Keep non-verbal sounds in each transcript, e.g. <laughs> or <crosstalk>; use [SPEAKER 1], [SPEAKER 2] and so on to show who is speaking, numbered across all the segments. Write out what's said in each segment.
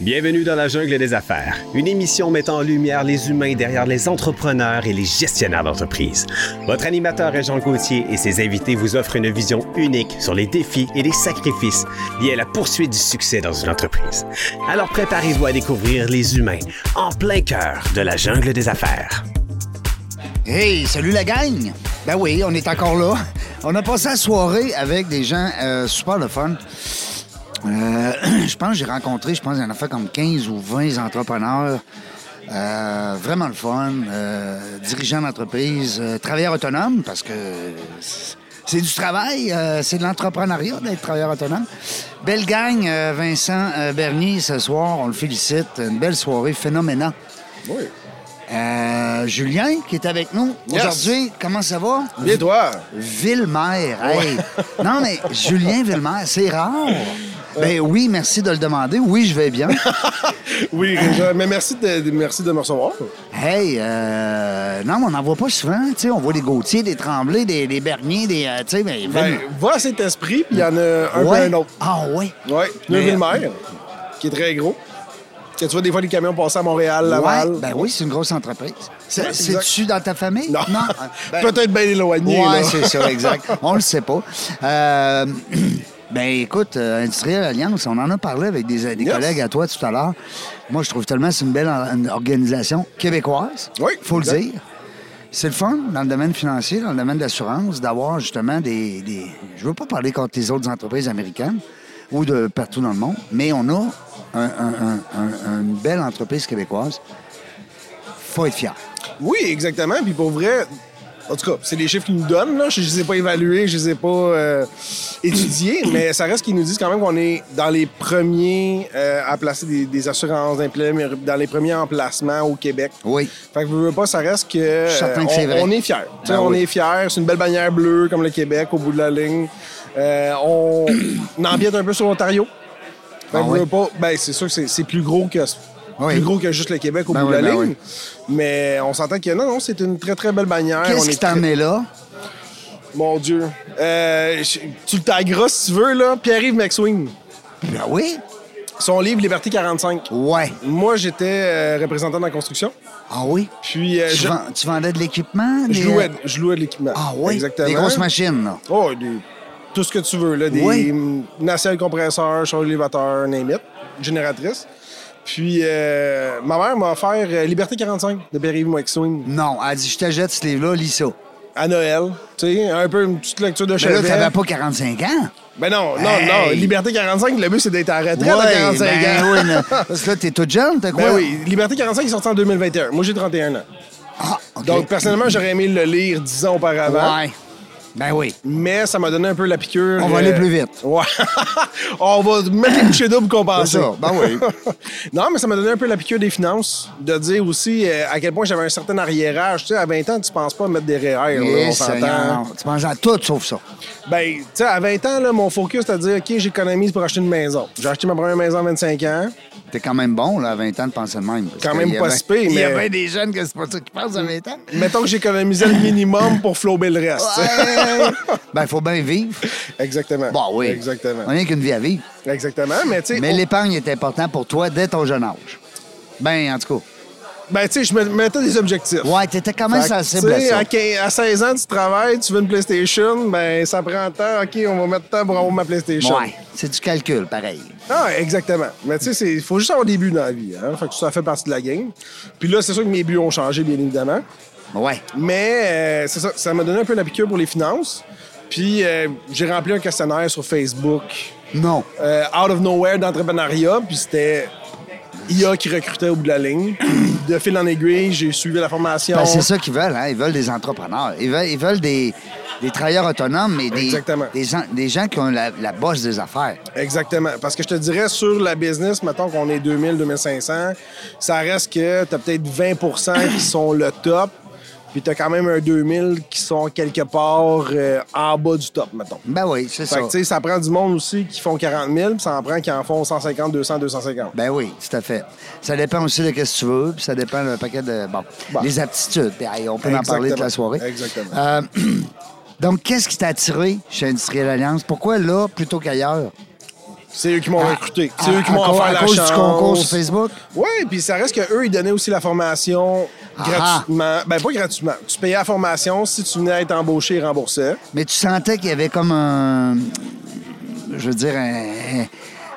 [SPEAKER 1] Bienvenue dans la jungle des affaires, une émission mettant en lumière les humains derrière les entrepreneurs et les gestionnaires d'entreprise. Votre animateur est Jean Gauthier et ses invités vous offrent une vision unique sur les défis et les sacrifices liés à la poursuite du succès dans une entreprise. Alors préparez-vous à découvrir les humains en plein cœur de la jungle des affaires.
[SPEAKER 2] Hey, salut la gang! Ben oui, on est encore là. On a passé la soirée avec des gens euh, super le fun. Euh, <clears throat> je pense que j'ai rencontré, je pense, il y en a fait comme 15 ou 20 entrepreneurs. Euh, vraiment le fun. euh, dirigeants d'entreprise, euh, travailleurs autonomes, parce que c'est- c'est du travail, euh, c'est de l'entrepreneuriat d'être travailleur autonome. Belle gang, euh, Vincent euh, Bernier, ce soir, on le félicite. Une belle soirée, phénoménale.
[SPEAKER 3] Oui.
[SPEAKER 2] Euh, Julien, qui est avec nous
[SPEAKER 3] Yes.
[SPEAKER 2] aujourd'hui, comment ça va?
[SPEAKER 3] Bien, toi.
[SPEAKER 2] Villemaire. hey. <laughs> Non, mais Julien Villemaire, c'est rare. Ben oui, merci de le demander. Oui, je vais
[SPEAKER 3] <laughs>
[SPEAKER 2] bien.
[SPEAKER 3] Oui, Régent, mais merci de, de- merci de me recevoir.
[SPEAKER 2] Hey, euh, non, mais on n'en voit pas souvent. Tu sais, on voit des Gauthier, des Tremblay, des, des Bernier, des. euh, tu sais, ben,
[SPEAKER 3] Ben, voilà cet esprit, puis il y en a un
[SPEAKER 2] Ouais.
[SPEAKER 3] peu un autre.
[SPEAKER 2] Ah, ouais.
[SPEAKER 3] Oui,
[SPEAKER 2] Mais-
[SPEAKER 3] le maire, qui est très gros. Que tu vois des fois les camions passer à Montréal, Laval.
[SPEAKER 2] Ouais, ben oui, c'est une grosse entreprise. C'est-
[SPEAKER 3] Ouais, exact.
[SPEAKER 2] C'est-tu dans ta famille?
[SPEAKER 3] <laughs> Non. ah,
[SPEAKER 2] Ben,
[SPEAKER 3] Peut-être bien éloigné.
[SPEAKER 2] Ouais,
[SPEAKER 3] là.
[SPEAKER 2] c'est ça,
[SPEAKER 3] <laughs>
[SPEAKER 2] exact. On le sait pas. Euh, <clears throat> ben écoute, euh, Industriel Alliance, on en a parlé avec des, des
[SPEAKER 3] Yes.
[SPEAKER 2] collègues à toi tout à l'heure. Moi, je trouve tellement que c'est une belle or- une organisation québécoise.
[SPEAKER 3] Oui,
[SPEAKER 2] faut le
[SPEAKER 3] exact.
[SPEAKER 2] dire. C'est le fun dans le domaine financier, dans le domaine de l'assurance, d'avoir justement des, des. Je veux pas parler contre les autres entreprises américaines ou de partout dans le monde, mais on a un- un- un- un- une belle entreprise québécoise. Faut être fier.
[SPEAKER 3] Oui, exactement. Puis pour vrai, en tout cas, c'est les chiffres qu'ils nous donnent. Là. Je ne les ai pas évalués, je ne les ai pas euh, <coughs> étudiés, mais ça reste qu'ils nous disent quand même qu'on est dans les premiers euh, à placer des, des assurances, d'impléments, dans les premiers emplacements au Québec.
[SPEAKER 2] Oui.
[SPEAKER 3] Fait que je veux pas, ça reste que. euh,
[SPEAKER 2] certain que
[SPEAKER 3] on,
[SPEAKER 2] c'est vrai.
[SPEAKER 3] on est fiers. Tu sais,
[SPEAKER 2] Ben
[SPEAKER 3] on
[SPEAKER 2] oui.
[SPEAKER 3] est fiers. C'est une belle bannière bleue comme le Québec au bout de la ligne. Euh, on, <coughs> on empiète un peu sur l'Ontario. Fait que
[SPEAKER 2] Ah
[SPEAKER 3] je
[SPEAKER 2] oui.
[SPEAKER 3] veux pas. Ben, c'est sûr que c'est- c'est plus gros que.
[SPEAKER 2] Oui.
[SPEAKER 3] Plus gros que juste le Québec au
[SPEAKER 2] Ben
[SPEAKER 3] bout
[SPEAKER 2] oui,
[SPEAKER 3] de la
[SPEAKER 2] ben
[SPEAKER 3] ligne. Mais on s'entend que non, non, c'est une très très belle bannière.
[SPEAKER 2] Qu'est-ce
[SPEAKER 3] On
[SPEAKER 2] qui
[SPEAKER 3] est
[SPEAKER 2] t'en
[SPEAKER 3] très-
[SPEAKER 2] est là?
[SPEAKER 3] Mon Dieu. Euh, je- tu le tagueras si tu veux, là. Pierre-Yves McSwing.
[SPEAKER 2] Ben oui.
[SPEAKER 3] Son livre Liberté 45.
[SPEAKER 2] Ouais.
[SPEAKER 3] Moi, j'étais euh, représentant de la construction.
[SPEAKER 2] Ah oui?
[SPEAKER 3] Puis, euh,
[SPEAKER 2] Tu,
[SPEAKER 3] je,
[SPEAKER 2] vends- tu vendais de l'équipement?
[SPEAKER 3] je
[SPEAKER 2] des- euh,
[SPEAKER 3] louais, je louais de l'équipement.
[SPEAKER 2] Ah oui?
[SPEAKER 3] Exactement.
[SPEAKER 2] Des grosses machines, là.
[SPEAKER 3] Oh, des- tout ce que tu veux, là. Des
[SPEAKER 2] Oui.
[SPEAKER 3] nacelles, compresseurs, char élévateur, name it, génératrice. Puis, euh, ma mère m'a offert euh, Liberté 45 de Pierre-Yves Moixwing
[SPEAKER 2] Non, elle dit, je te jette ce livre-là, lis ça.
[SPEAKER 3] à Noël. Tu sais, un peu une petite lecture de
[SPEAKER 2] Mais là,
[SPEAKER 3] chevet.
[SPEAKER 2] t'avais pas 45 ans.
[SPEAKER 3] Ben non, non,
[SPEAKER 2] Hey!
[SPEAKER 3] non. Liberté 45, le but, c'est d'être à la retraite à 45
[SPEAKER 2] ben
[SPEAKER 3] ans.
[SPEAKER 2] oui,
[SPEAKER 3] <laughs>
[SPEAKER 2] là. Parce que là, t'es toute jeune, t'as quoi?
[SPEAKER 3] Ben oui, Liberté 45 est sorti en 2021. Moi, j'ai 31 ans.
[SPEAKER 2] Ah, OK.
[SPEAKER 3] Donc, personnellement, j'aurais aimé le lire 10 ans auparavant.
[SPEAKER 2] Ouais. Ben oui.
[SPEAKER 3] Mais ça m'a donné un peu la piqûre.
[SPEAKER 2] On va aller plus vite.
[SPEAKER 3] Ouais. <laughs> On va mettre les bouchées doubles qu'on
[SPEAKER 2] C'est
[SPEAKER 3] pensait.
[SPEAKER 2] ça, ben oui.
[SPEAKER 3] <laughs> non, mais ça m'a donné un peu la piqûre des finances. De dire aussi euh, à quel point j'avais un certain arriérage. Tu sais, à 20 ans, tu penses pas à mettre des REER. là,
[SPEAKER 2] Eh,
[SPEAKER 3] on
[SPEAKER 2] Seigneur,
[SPEAKER 3] s'entend.
[SPEAKER 2] non. Tu penses à tout sauf ça.
[SPEAKER 3] Ben, tu sais, à 20 ans, là, mon focus, c'est à dire, OK, j'économise pour acheter une maison. J'ai acheté ma première maison à 25 ans.
[SPEAKER 2] T'es quand même bon, là, à 20 ans, de penser de même. parce
[SPEAKER 3] Quand
[SPEAKER 2] que
[SPEAKER 3] même
[SPEAKER 2] il y a
[SPEAKER 3] pas
[SPEAKER 2] bien-
[SPEAKER 3] si pire,
[SPEAKER 2] Il y a
[SPEAKER 3] mais-
[SPEAKER 2] bien des jeunes que c'est pas ça qui pensent à 20
[SPEAKER 3] <laughs>
[SPEAKER 2] ans.
[SPEAKER 3] Mettons que j'économisais le minimum pour flouber le reste.
[SPEAKER 2] Ouais. ben, faut bien vivre.
[SPEAKER 3] <laughs> Exactement.
[SPEAKER 2] Bon, oui.
[SPEAKER 3] Exactement.
[SPEAKER 2] On n'a qu'une vie à vivre.
[SPEAKER 3] Exactement. Mais tu sais,
[SPEAKER 2] Mais
[SPEAKER 3] on-
[SPEAKER 2] l'épargne est importante pour toi dès ton jeune âge. Ben, en tout cas.
[SPEAKER 3] ben, tu sais, je me mettais des objectifs.
[SPEAKER 2] Ouais, t'étais quand même
[SPEAKER 3] Fait que,
[SPEAKER 2] sensible à
[SPEAKER 3] tu sais,
[SPEAKER 2] ça.
[SPEAKER 3] à, quin- à 16 ans, tu travailles, tu veux une PlayStation, ben ça prend le temps. OK, on va mettre le temps pour avoir ma PlayStation.
[SPEAKER 2] Ouais, c'est du calcul, pareil.
[SPEAKER 3] Ah, exactement. Mais tu sais, il faut juste avoir des buts dans la vie. Hein? Fait que ça fait partie de la game. Puis là, c'est sûr que mes buts ont changé, bien évidemment.
[SPEAKER 2] Ouais.
[SPEAKER 3] Mais euh, c'est ça, ça m'a donné un peu la piqûre pour les finances. Puis euh, j'ai rempli un questionnaire sur Facebook,
[SPEAKER 2] Non.
[SPEAKER 3] euh, Out of Nowhere d'entrepreneuriat, puis c'était IA qui recrutait au bout de la ligne. Puis de fil en aiguille, j'ai suivi la formation.
[SPEAKER 2] Ben, c'est ça qu'ils veulent, hein. Ils veulent des entrepreneurs. Ils veulent, ils veulent des, des travailleurs autonomes, mais des,
[SPEAKER 3] Exactement.
[SPEAKER 2] des, gens, des gens qui ont la, la bosse des affaires.
[SPEAKER 3] Exactement. Parce que je te dirais, sur la business, mettons qu'on est 2000, 2500, ça reste que tu as peut-être 20 qui sont le top, puis tu as quand même un 2000 qui sont quelque part euh, en bas du top, mettons.
[SPEAKER 2] Ben oui, c'est
[SPEAKER 3] Fait
[SPEAKER 2] ça.
[SPEAKER 3] que, tu sais, ça prend du monde aussi qui font 40 000, puis ça en prend qui en font 150, 200, 250.
[SPEAKER 2] Ben oui, tout à fait. Ça dépend aussi de ce que tu veux, puis ça dépend d'un paquet de. Bon,
[SPEAKER 3] Bon.
[SPEAKER 2] les aptitudes. Ben, hey, on peut en
[SPEAKER 3] Exactement.
[SPEAKER 2] parler toute la soirée.
[SPEAKER 3] Exactement.
[SPEAKER 2] Euh, <clears throat> donc, qu'est-ce qui t'a attiré chez Industriel Alliance? Pourquoi là plutôt qu'ailleurs?
[SPEAKER 3] C'est eux qui m'ont
[SPEAKER 2] À-
[SPEAKER 3] recruté. C'est
[SPEAKER 2] à-
[SPEAKER 3] eux qui m'ont
[SPEAKER 2] Ah, à cause-
[SPEAKER 3] offert la
[SPEAKER 2] À cause
[SPEAKER 3] chance.
[SPEAKER 2] du concours sur Facebook?
[SPEAKER 3] Oui, puis ça reste qu'eux, ils donnaient aussi la formation
[SPEAKER 2] Ah.
[SPEAKER 3] gratuitement. Ben, pas gratuitement. Tu payais la formation si tu venais à être embauché et remboursé.
[SPEAKER 2] Mais tu sentais qu'il y avait comme un. Je veux dire, un- un-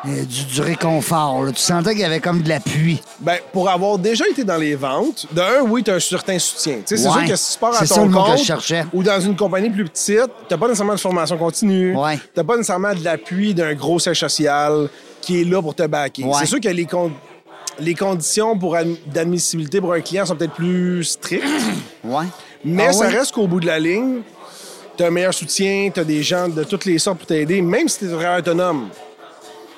[SPEAKER 2] un- du, du réconfort. là. Tu sentais qu'il y avait comme de l'appui.
[SPEAKER 3] Ben, pour avoir déjà été dans les ventes, de un, oui, tu as un certain soutien. Tu sais, C'est
[SPEAKER 2] Ouais.
[SPEAKER 3] sûr que si tu pars à
[SPEAKER 2] C'est
[SPEAKER 3] ton
[SPEAKER 2] ça le mot que
[SPEAKER 3] compte
[SPEAKER 2] je cherchais.
[SPEAKER 3] ou dans une compagnie plus petite, tu pas nécessairement de formation continue.
[SPEAKER 2] Ouais.
[SPEAKER 3] Tu pas nécessairement de l'appui d'un gros siège social qui est là pour te backer.
[SPEAKER 2] Ouais.
[SPEAKER 3] C'est sûr que les, con- les conditions pour adm- d'admissibilité pour un client sont peut-être plus strictes,
[SPEAKER 2] Ouais.
[SPEAKER 3] mais
[SPEAKER 2] Ah
[SPEAKER 3] ça
[SPEAKER 2] ouais?
[SPEAKER 3] reste qu'au bout de la ligne, tu as un meilleur soutien, tu as des gens de toutes les sortes pour t'aider, même si tu es vraiment autonome.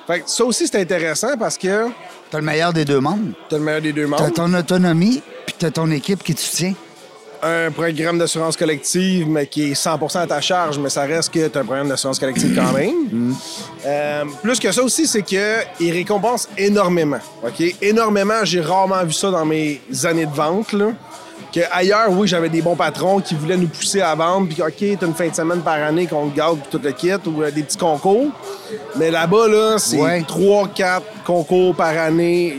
[SPEAKER 3] Fait que ça aussi, c'est intéressant parce que
[SPEAKER 2] T'as le meilleur des deux mondes.
[SPEAKER 3] tu as le meilleur des deux mondes.
[SPEAKER 2] T'as ton autonomie, puis t'as ton équipe qui te soutient.
[SPEAKER 3] un programme d'assurance collective, mais qui est 100 à ta charge, mais ça reste que tu un programme d'assurance collective quand même. Euh, plus que ça aussi, c'est qu'il récompense énormément. OK? Énormément, j'ai rarement vu ça dans mes années de vente. Là. Que ailleurs, oui, j'avais des bons patrons qui voulaient nous pousser à vendre, puis OK, t'as une fin de semaine par année qu'on te garde, puis tout le kit, ou euh, des petits concours. Mais là-bas, là, c'est
[SPEAKER 2] Ouais.
[SPEAKER 3] 3-4 concours par année.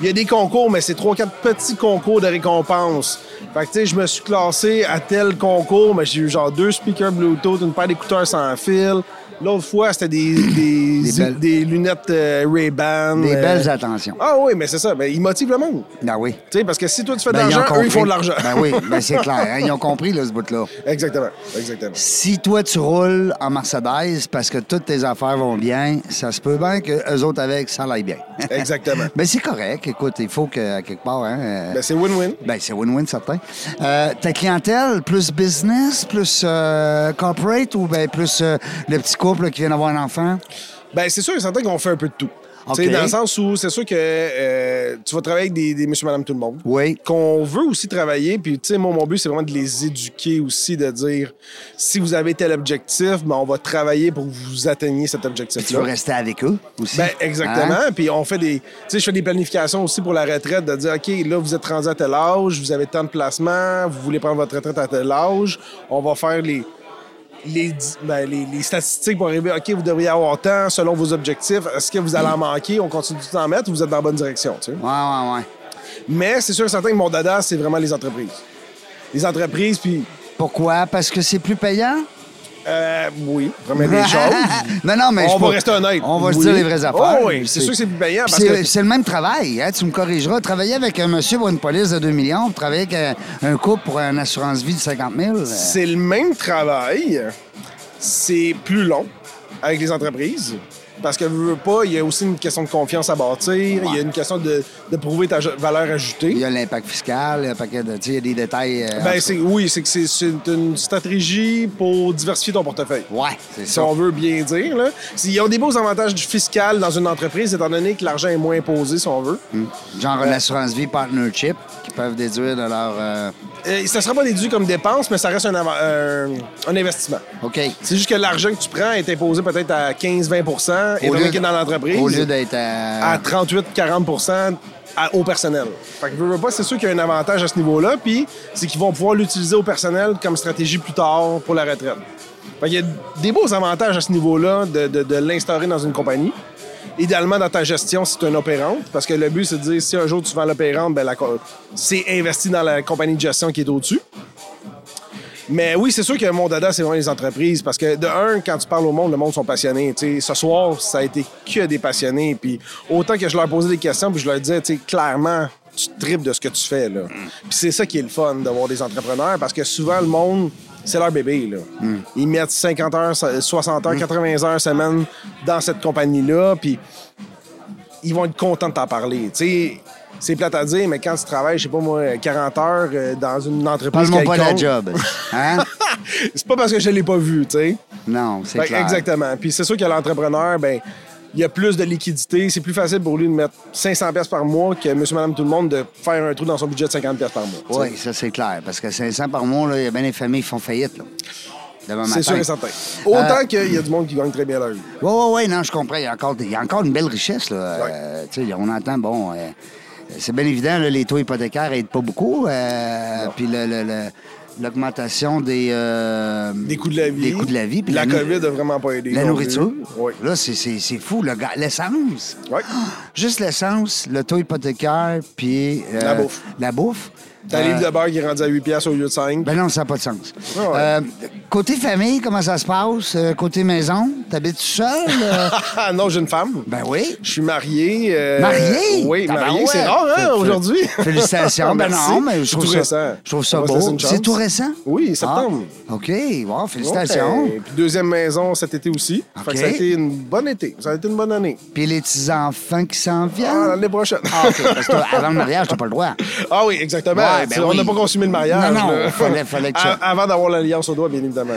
[SPEAKER 3] Il y a des concours, mais c'est 3-4 petits concours de récompense. Fait que, tu sais, je me suis classé à tel concours, mais j'ai eu genre deux speakers Bluetooth, une paire d'écouteurs sans fil. L'autre fois, c'était
[SPEAKER 2] <coughs>
[SPEAKER 3] des, des,
[SPEAKER 2] Des belles-
[SPEAKER 3] des lunettes euh, Ray-Ban.
[SPEAKER 2] Des
[SPEAKER 3] euh.
[SPEAKER 2] belles attentions.
[SPEAKER 3] Ah oui, mais c'est ça. Ben, ils motivent le monde.
[SPEAKER 2] Ben oui.
[SPEAKER 3] Tu sais, parce que si toi, tu fais de
[SPEAKER 2] Ben,
[SPEAKER 3] l'argent, eux, ils font de l'argent.
[SPEAKER 2] Ben oui, ben c'est clair. hein, ils ont compris, là, ce bout-là.
[SPEAKER 3] <laughs> Exactement. Exactement.
[SPEAKER 2] Si toi, tu roules en Mercedes parce que toutes tes affaires vont bien, ça se peut bien que eux autres avec, ça l'aille bien. <laughs>
[SPEAKER 3] Exactement.
[SPEAKER 2] Mais Ben, c'est correct. Écoute, il faut que, à quelque part, hein, euh,
[SPEAKER 3] Ben, c'est win-win.
[SPEAKER 2] ben, c'est win-win, certain. Euh, ta clientèle, plus business, plus euh, corporate ou ben, plus euh, le petit couple qui vient d'avoir un enfant?
[SPEAKER 3] Ben, c'est sûr et certain qu'on fait un peu de tout.
[SPEAKER 2] OK.
[SPEAKER 3] Tu sais, Dans le sens où c'est sûr que euh, tu vas travailler avec des, des monsieur, madame, tout le monde.
[SPEAKER 2] Oui.
[SPEAKER 3] Qu'on veut aussi travailler. Puis, tu sais, moi, mon but, c'est vraiment de les éduquer aussi, de dire si vous avez tel objectif, ben, on va travailler pour que vous atteigniez cet
[SPEAKER 2] Tu veux
[SPEAKER 3] objectif-là.
[SPEAKER 2] rester avec eux aussi?
[SPEAKER 3] Ben, exactement.
[SPEAKER 2] Hein?
[SPEAKER 3] Puis on fait des. Tu sais, je fais des planifications aussi pour la retraite, de dire, OK, là, vous êtes rendu à tel âge, vous avez tant de placements, vous voulez prendre votre retraite à tel âge. On va faire les. Les, di- ben, les, les statistiques pour arriver, OK, vous devriez avoir tant selon vos objectifs. Est-ce que vous allez en manquer? On continue de en mettre ou vous êtes dans la bonne direction? tu sais?
[SPEAKER 2] Ouais, ouais, ouais.
[SPEAKER 3] Mais c'est sûr et certain que mon dada, c'est vraiment les entreprises. Les entreprises, puis
[SPEAKER 2] Pourquoi? Parce que c'est plus payant?
[SPEAKER 3] euh, oui,
[SPEAKER 2] <laughs>
[SPEAKER 3] remet des choses.
[SPEAKER 2] non, non, mais
[SPEAKER 3] On
[SPEAKER 2] je
[SPEAKER 3] va
[SPEAKER 2] peux-
[SPEAKER 3] rester honnête.
[SPEAKER 2] On va se
[SPEAKER 3] Oui.
[SPEAKER 2] dire les vraies affaires.
[SPEAKER 3] Oh oui, c'est sûr que c'est plus payant
[SPEAKER 2] Puis
[SPEAKER 3] parce
[SPEAKER 2] C'est
[SPEAKER 3] que-
[SPEAKER 2] c'est le même travail. hein, Tu me corrigeras. Travailler avec un monsieur pour une police de 2 millions, puis travailler avec un, un couple pour une assurance vie de 50 000. euh,
[SPEAKER 3] C'est le même travail, c'est plus long avec les entreprises. Parce que veux, veux pas, il y a aussi une question de confiance à bâtir, il y a une question de, de prouver ta jo- valeur ajoutée.
[SPEAKER 2] Il y a l'impact fiscal, il y a un paquet de- tu sais, il y a des détails. euh, en
[SPEAKER 3] Ben,
[SPEAKER 2] tout
[SPEAKER 3] c'est, oui, c'est que c'est, c'est une stratégie pour diversifier ton portefeuille.
[SPEAKER 2] cas. Ouais, c'est
[SPEAKER 3] Si
[SPEAKER 2] ça.
[SPEAKER 3] on veut bien dire. Là. Ils ont des beaux avantages du fiscal dans une entreprise, étant donné que l'argent est moins imposé, si on veut.
[SPEAKER 2] Genre l'assurance vie partnership qui peuvent déduire de leur. euh,
[SPEAKER 3] Euh, ça ne sera pas déduit comme dépense, mais ça reste un, ava- un- un investissement.
[SPEAKER 2] OK.
[SPEAKER 3] C'est juste que l'argent que tu prends est imposé peut-être à 15-20 et
[SPEAKER 2] Au lieu
[SPEAKER 3] donné qu'il est dans l'entreprise.
[SPEAKER 2] Au lieu d'être euh, à.
[SPEAKER 3] à 38-40 à- au personnel. Fait que veux, veux pas, c'est sûr qu'il y a un avantage à ce niveau-là, puis c'est qu'ils vont pouvoir l'utiliser au personnel comme stratégie plus tard pour la retraite. Fait qu'il y a des beaux avantages à ce niveau-là de, de- de l'instaurer dans une compagnie. Idéalement, dans ta gestion, si tu es un opérante, parce que le but, c'est de dire si un jour tu vends l'opérante, ben, la co- c'est investi dans la compagnie de gestion qui est au-dessus. Mais oui, c'est sûr que mon dada, c'est vraiment les entreprises. Parce que, de un, quand tu parles au monde, le monde sont passionnés. Tu sais, ce soir, ça a été que des passionnés. Puis autant que je leur posais des questions, puis je leur disais, tu sais, clairement, tu tripes de ce que tu fais.
[SPEAKER 2] Mm.
[SPEAKER 3] Là. Puis c'est ça qui est le fun d'avoir des entrepreneurs. Parce que souvent, le monde, c'est leur bébé. Là.
[SPEAKER 2] Mm.
[SPEAKER 3] Ils mettent 50 heures, 60 heures, 80 heures semaine dans cette compagnie-là. Puis ils vont être contents de t'en parler. Tu sais, c'est plate à dire, mais quand tu travailles, je sais pas moi, 40 heures euh, dans une entreprise
[SPEAKER 2] Parle-moi pas de la
[SPEAKER 3] quelconque,
[SPEAKER 2] job.
[SPEAKER 3] <laughs>
[SPEAKER 2] Hein?
[SPEAKER 3] c'est pas parce que je l'ai pas vu, tu sais.
[SPEAKER 2] non, c'est
[SPEAKER 3] Fait que
[SPEAKER 2] clair.
[SPEAKER 3] Ben, Exactement. Puis c'est sûr que l'entrepreneur, ben, il y a plus de liquidité. C'est plus facile pour lui de mettre 500 pièces par mois que monsieur, madame, tout le monde de faire un trou dans son budget de 50 pièces par mois. tu sais.
[SPEAKER 2] Oui, ça, c'est clair. Parce que 500 par mois, là, il y a bien des familles qui font faillite. Là, demain matin. Euh,
[SPEAKER 3] C'est sûr et certain. Autant qu'il y a du monde qui gagne très bien leur vie.
[SPEAKER 2] Oui, oui, oui, non, je comprends. Il y a encore, des- il y a encore une belle richesse. Là. Euh, tu sais, on entend, bon, euh, c'est bien évident, là, les taux hypothécaires n'aident pas beaucoup. euh, puis le, le- le- l'augmentation des, euh,
[SPEAKER 3] Des coûts de la vie.
[SPEAKER 2] Des coûts de la vie. puis
[SPEAKER 3] la
[SPEAKER 2] nou-
[SPEAKER 3] COVID n'a vraiment pas aidé.
[SPEAKER 2] La
[SPEAKER 3] non
[SPEAKER 2] nourriture.
[SPEAKER 3] plus. Oui.
[SPEAKER 2] Là, c'est- c'est c'est fou. le gars- L'essence.
[SPEAKER 3] Ouais.
[SPEAKER 2] Juste l'essence, le taux hypothécaire, puis. euh,
[SPEAKER 3] La bouffe.
[SPEAKER 2] La bouffe.
[SPEAKER 3] Ta
[SPEAKER 2] Euh,
[SPEAKER 3] livre de beurre qui est rendu à 8 piastres au lieu de 5.
[SPEAKER 2] Ben non, ça n'a pas de sens.
[SPEAKER 3] Ouais, ouais.
[SPEAKER 2] Euh, côté famille, comment ça se passe? Euh, côté maison, t'habites seul?
[SPEAKER 3] <laughs>
[SPEAKER 2] euh?
[SPEAKER 3] non, j'ai une femme.
[SPEAKER 2] ben oui.
[SPEAKER 3] Je suis marié. euh,
[SPEAKER 2] Marié?
[SPEAKER 3] Oui,
[SPEAKER 2] Ah ben
[SPEAKER 3] marié.
[SPEAKER 2] ouais.
[SPEAKER 3] C'est rare,
[SPEAKER 2] Fé- fé-
[SPEAKER 3] hein, aujourd'hui? <laughs>
[SPEAKER 2] Félicitations. ben
[SPEAKER 3] Merci.
[SPEAKER 2] non, mais je
[SPEAKER 3] C'est
[SPEAKER 2] trouve
[SPEAKER 3] tout
[SPEAKER 2] ça,
[SPEAKER 3] récent.
[SPEAKER 2] Je trouve ça
[SPEAKER 3] On va se laisser
[SPEAKER 2] beau.
[SPEAKER 3] une
[SPEAKER 2] C'est tout
[SPEAKER 3] chance.
[SPEAKER 2] récent?
[SPEAKER 3] Oui, septembre.
[SPEAKER 2] Ah, OK. Wow, félicitations.
[SPEAKER 3] Ouais, puis deuxième maison cet été aussi. Fait que
[SPEAKER 2] OK.
[SPEAKER 3] ça a été une bonne été. Ça a été une bonne année.
[SPEAKER 2] Puis les petits-enfants qui s'en
[SPEAKER 3] Ah,
[SPEAKER 2] viennent?
[SPEAKER 3] l'année prochaine.
[SPEAKER 2] Ah, OK. Parce que toi, avant le mariage, t'as pas le droit.
[SPEAKER 3] Ah oui, exactement.
[SPEAKER 2] Ouais, ben
[SPEAKER 3] Tu- on n'a
[SPEAKER 2] oui.
[SPEAKER 3] pas consumé le mariage.
[SPEAKER 2] Non, non, <laughs>
[SPEAKER 3] là.
[SPEAKER 2] fallait- fallait que ça-
[SPEAKER 3] A- Avant d'avoir l'alliance au doigt, bien évidemment.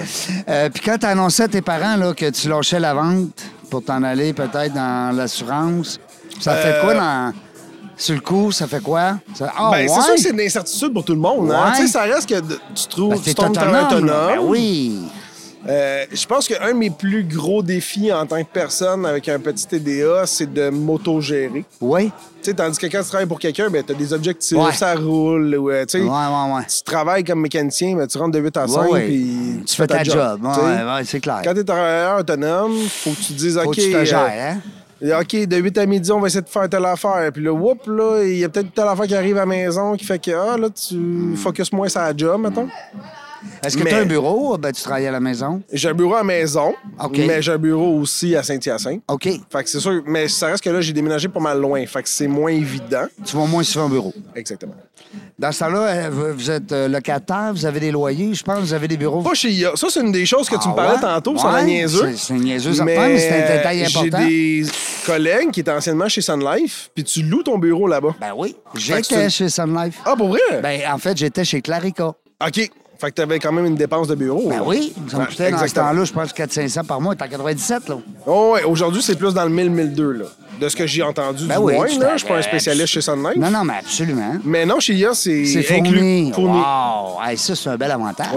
[SPEAKER 2] Euh, Puis quand t'as annoncé à tes parents là, que tu lâchais la vente pour t'en aller peut-être dans l'assurance, ça
[SPEAKER 3] Euh,
[SPEAKER 2] fait quoi dans... Sur le coup, ça fait quoi? Ça- Ah,
[SPEAKER 3] Ben,
[SPEAKER 2] ouais?
[SPEAKER 3] C'est sûr que c'est de l'incertitude pour tout le monde. hein.
[SPEAKER 2] Ouais.
[SPEAKER 3] Tu sais, ça reste que de- tu, trouves,
[SPEAKER 2] Parce que
[SPEAKER 3] tu
[SPEAKER 2] t'es
[SPEAKER 3] tombes
[SPEAKER 2] autonome,
[SPEAKER 3] autonome.
[SPEAKER 2] là.
[SPEAKER 3] autonome.
[SPEAKER 2] Ben oui.
[SPEAKER 3] Euh, je pense qu'un de mes plus gros défis en tant que personne avec un petit TDA, c'est de m'auto-gérer.
[SPEAKER 2] Oui.
[SPEAKER 3] Tu sais, tandis que quand tu travailles pour quelqu'un, ben, tu as des objectifs,
[SPEAKER 2] Ouais.
[SPEAKER 3] ça roule. ou, euh, tu sais,
[SPEAKER 2] Ouais, ouais, ouais.
[SPEAKER 3] Tu travailles comme mécanicien, ben, tu rentres de 8 à 5
[SPEAKER 2] Ouais, ouais.
[SPEAKER 3] puis
[SPEAKER 2] Tu fais ta job.
[SPEAKER 3] tu sais.
[SPEAKER 2] Ouais, ouais, c'est clair.
[SPEAKER 3] Quand tu es travailleur autonome, faut que tu te dises,
[SPEAKER 2] Faut
[SPEAKER 3] OK,
[SPEAKER 2] que tu te
[SPEAKER 3] euh,
[SPEAKER 2] gères, hein?
[SPEAKER 3] OK, de 8 à midi, on va essayer de faire telle affaire. Puis là, whoop, là, il y a peut-être telle affaire qui arrive à la maison qui fait que, ah, là,
[SPEAKER 2] Hmm.
[SPEAKER 3] tu focuses moins sur la job, mettons.
[SPEAKER 2] Est-ce que
[SPEAKER 3] mais-
[SPEAKER 2] tu as un bureau? Ben, tu travailles à la maison.
[SPEAKER 3] J'ai un bureau à la maison,
[SPEAKER 2] OK.
[SPEAKER 3] mais j'ai un bureau aussi à Saint-Hyacinthe.
[SPEAKER 2] OK.
[SPEAKER 3] Fait que c'est sûr, mais ça reste que là, j'ai déménagé pas mal loin. Fait que c'est moins évident.
[SPEAKER 2] Tu vas moins souvent au bureau.
[SPEAKER 3] Exactement.
[SPEAKER 2] Dans ce temps-là, euh, vous vous êtes euh, locataire, vous avez des loyers, je pense, vous avez des bureaux.
[SPEAKER 3] Pas chez IA. Ça, c'est une des choses que tu
[SPEAKER 2] Ah
[SPEAKER 3] me parlais
[SPEAKER 2] ouais?
[SPEAKER 3] tantôt, ça
[SPEAKER 2] Ouais,
[SPEAKER 3] la niaiseux.
[SPEAKER 2] c'est- c'est niaiseux, certain, mais c'est un détail
[SPEAKER 3] euh,
[SPEAKER 2] important.
[SPEAKER 3] J'ai des collègues qui étaient anciennement chez Sun Life, puis tu loues ton bureau là-bas.
[SPEAKER 2] Ben oui.
[SPEAKER 3] que c'est
[SPEAKER 2] J'étais
[SPEAKER 3] une-
[SPEAKER 2] chez Sun Life.
[SPEAKER 3] Ah, pour vrai?
[SPEAKER 2] Ben, en fait, j'étais chez Clarica.
[SPEAKER 3] OK. Fait que t'avais quand même une dépense de bureau.
[SPEAKER 2] Ben
[SPEAKER 3] là.
[SPEAKER 2] oui, ça me
[SPEAKER 3] Ouais,
[SPEAKER 2] coûtait dans ce
[SPEAKER 3] exactement.
[SPEAKER 2] temps-là, je pense, 400-500 par mois. T'es en 97, là.
[SPEAKER 3] Oh, ouais, aujourd'hui, c'est plus dans le 1000-1002, là. De ce que j'ai entendu
[SPEAKER 2] Ben
[SPEAKER 3] du
[SPEAKER 2] oui,
[SPEAKER 3] moins,
[SPEAKER 2] tu
[SPEAKER 3] là.
[SPEAKER 2] t'en-
[SPEAKER 3] Je suis pas un spécialiste chez Sun Life.
[SPEAKER 2] Non, non, mais absolument.
[SPEAKER 3] Mais non, chez IA, c'est
[SPEAKER 2] C'est
[SPEAKER 3] inclus.
[SPEAKER 2] fourni.
[SPEAKER 3] Fourni.
[SPEAKER 2] Wow! Hey, ça, c'est un bel avantage.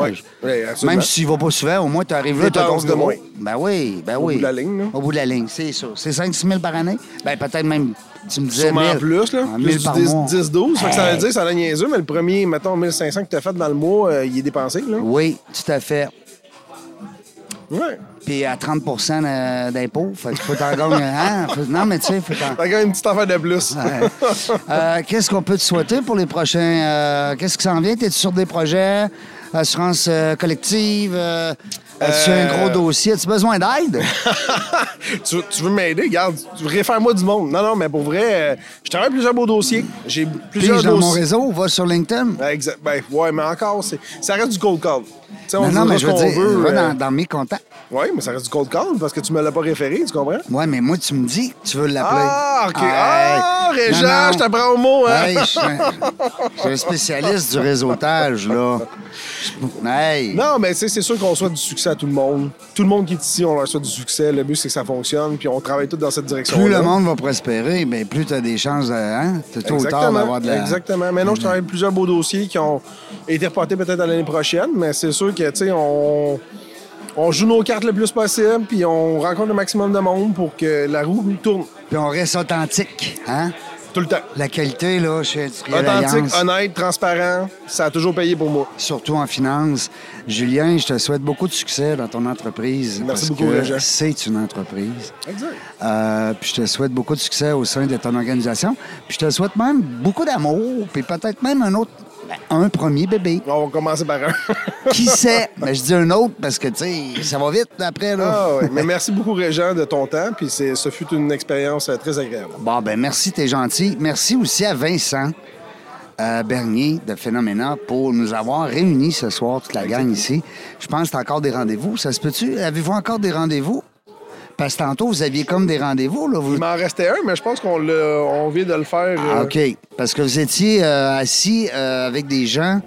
[SPEAKER 3] Ouais. Ouais, absolument.
[SPEAKER 2] Même si tu vas pas souvent, au moins, tu arrives là, tu as ton
[SPEAKER 3] Dépense de
[SPEAKER 2] bureau.
[SPEAKER 3] moins.
[SPEAKER 2] Ben oui, ben oui.
[SPEAKER 3] bout de la ligne, là.
[SPEAKER 2] Au bout de la ligne, c'est ça. C'est 5-6 000 par année? Ben peut-être même, tu me disais.
[SPEAKER 3] Sûrement
[SPEAKER 2] 1000.
[SPEAKER 3] plus, là.
[SPEAKER 2] Ah,
[SPEAKER 3] Plus
[SPEAKER 2] 1000
[SPEAKER 3] du
[SPEAKER 2] par
[SPEAKER 3] 10,
[SPEAKER 2] mois.
[SPEAKER 3] 10, 12. Fait que ça veut
[SPEAKER 2] Hey.
[SPEAKER 3] dire, ça a niaiseux, mais le premier, mettons, 1500 que t'as fait dans le mois, euh, il est dépensé, là.
[SPEAKER 2] Oui, tout à fait.
[SPEAKER 3] Ouais.
[SPEAKER 2] Puis à 30 d'a- euh, d'impôts, fait que faut t'en gagner. hein? Faut- Non, mais tu sais, faut t'en.
[SPEAKER 3] T'as quand même une petite affaire de plus.
[SPEAKER 2] Ouais. Euh, Qu'est-ce qu'on peut te souhaiter pour les prochains. euh, Qu'est-ce qui s'en vient? T'es-tu sur des projets? Assurance euh, collective? Euh, As-tu
[SPEAKER 3] Euh,
[SPEAKER 2] un gros dossier? As-tu besoin d'aide?
[SPEAKER 3] <laughs> tu, veux- tu veux m'aider? Regarde, tu veux réfère-moi du monde. Non, non, mais pour vrai, euh, je travaille plusieurs beaux dossiers. J'ai
[SPEAKER 2] Puis
[SPEAKER 3] plusieurs
[SPEAKER 2] dans mon
[SPEAKER 3] dossiers.
[SPEAKER 2] réseau, va sur LinkedIn.
[SPEAKER 3] Ouais, exact. Ben, ouais, mais encore, c'est- ça reste du cold call. Tu sais, on
[SPEAKER 2] Non, non,
[SPEAKER 3] dira
[SPEAKER 2] mais
[SPEAKER 3] ce
[SPEAKER 2] je veux
[SPEAKER 3] qu'on
[SPEAKER 2] dire,
[SPEAKER 3] veut,
[SPEAKER 2] va
[SPEAKER 3] euh,
[SPEAKER 2] dans, dans mes contacts.
[SPEAKER 3] Oui, mais ça reste du cold call parce que tu me l'as pas référé, tu comprends?
[SPEAKER 2] Ouais, mais moi, tu me dis que tu veux l'appeler.
[SPEAKER 3] Ah, OK.
[SPEAKER 2] Hey.
[SPEAKER 3] Ah, Régent,
[SPEAKER 2] Non, non.
[SPEAKER 3] je t'apprends au mot, hein?
[SPEAKER 2] Hey, je suis un- je suis un spécialiste du réseautage, là. Je- Hey.
[SPEAKER 3] Non, mais tu sais, c'est sûr qu'on souhaite du succès à tout le monde. Tout le monde qui est ici, on leur souhaite du succès. Le but, c'est que ça fonctionne, puis on travaille tous dans cette direction
[SPEAKER 2] Plus le monde va prospérer, mais plus tu as des chances, de, hein, t'as tôt ou tard
[SPEAKER 3] Exactement.
[SPEAKER 2] d'avoir de la...
[SPEAKER 3] Exactement. Maintenant, je travaille plusieurs beaux dossiers qui ont été reportés peut-être à l'année prochaine, mais c'est sûr que, tu sais, on, on joue nos cartes le plus possible, puis on rencontre le maximum de monde pour que la roue tourne
[SPEAKER 2] Puis on reste authentique, hein?
[SPEAKER 3] tout le temps.
[SPEAKER 2] La qualité, là, chez Industriel
[SPEAKER 3] Authentique,
[SPEAKER 2] Alliance,
[SPEAKER 3] honnête, transparent, ça a toujours payé pour moi.
[SPEAKER 2] surtout en finance. Julien, je te souhaite beaucoup de succès dans ton entreprise.
[SPEAKER 3] Merci
[SPEAKER 2] parce
[SPEAKER 3] beaucoup,
[SPEAKER 2] que
[SPEAKER 3] Régent.
[SPEAKER 2] c'est une entreprise.
[SPEAKER 3] Exact.
[SPEAKER 2] Euh, puis je te souhaite beaucoup de succès au sein de ton organisation. Puis je te souhaite même beaucoup d'amour, puis peut-être même un autre, ben, un premier bébé.
[SPEAKER 3] On va commencer par un.
[SPEAKER 2] Qui sait? Mais je dis un autre parce que, tu sais, ça va vite après, là.
[SPEAKER 3] <laughs> Ah ouais. Mais merci beaucoup, Régent, de ton temps, puis c'est- ce fut une expérience euh, très agréable.
[SPEAKER 2] Bon, ben merci, t'es gentil. Merci aussi à Vincent euh, Bernier de Phénoména pour nous avoir réunis ce soir, toute la gang ici. Je pense que t'as encore des rendez-vous. Ça se peut-tu? Avez-vous encore des rendez-vous? Parce que tantôt, vous aviez comme des rendez-vous, là. Vous...
[SPEAKER 3] Il m'en restait un, mais je pense qu'on l'a- on vient de le faire.
[SPEAKER 2] Ah,
[SPEAKER 3] euh,
[SPEAKER 2] OK. Parce que vous étiez euh, assis euh, avec des gens.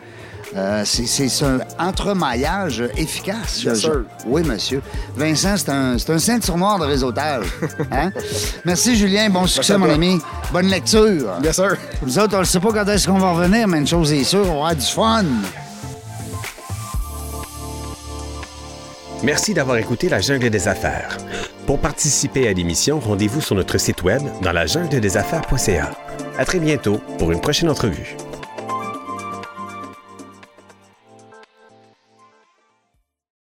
[SPEAKER 2] Euh, c'est- c'est c'est un entremaillage efficace.
[SPEAKER 3] Yes,
[SPEAKER 2] je-
[SPEAKER 3] sir.
[SPEAKER 2] Oui, monsieur. Vincent, c'est un, c'est un ceinture noire de réseautage.
[SPEAKER 3] <laughs>
[SPEAKER 2] Hein? Merci, Julien. Bon succès,
[SPEAKER 3] à
[SPEAKER 2] mon
[SPEAKER 3] toi.
[SPEAKER 2] ami. Bonne lecture.
[SPEAKER 3] Bien sûr.
[SPEAKER 2] Nous autres, on ne sait pas quand est-ce qu'on va revenir, mais une chose est sûre, on va avoir du fun.
[SPEAKER 1] Merci d'avoir écouté La Jungle des Affaires. Pour participer à l'émission, rendez-vous sur notre site web dans la jungle des affaires.ca. À très bientôt pour une prochaine entrevue.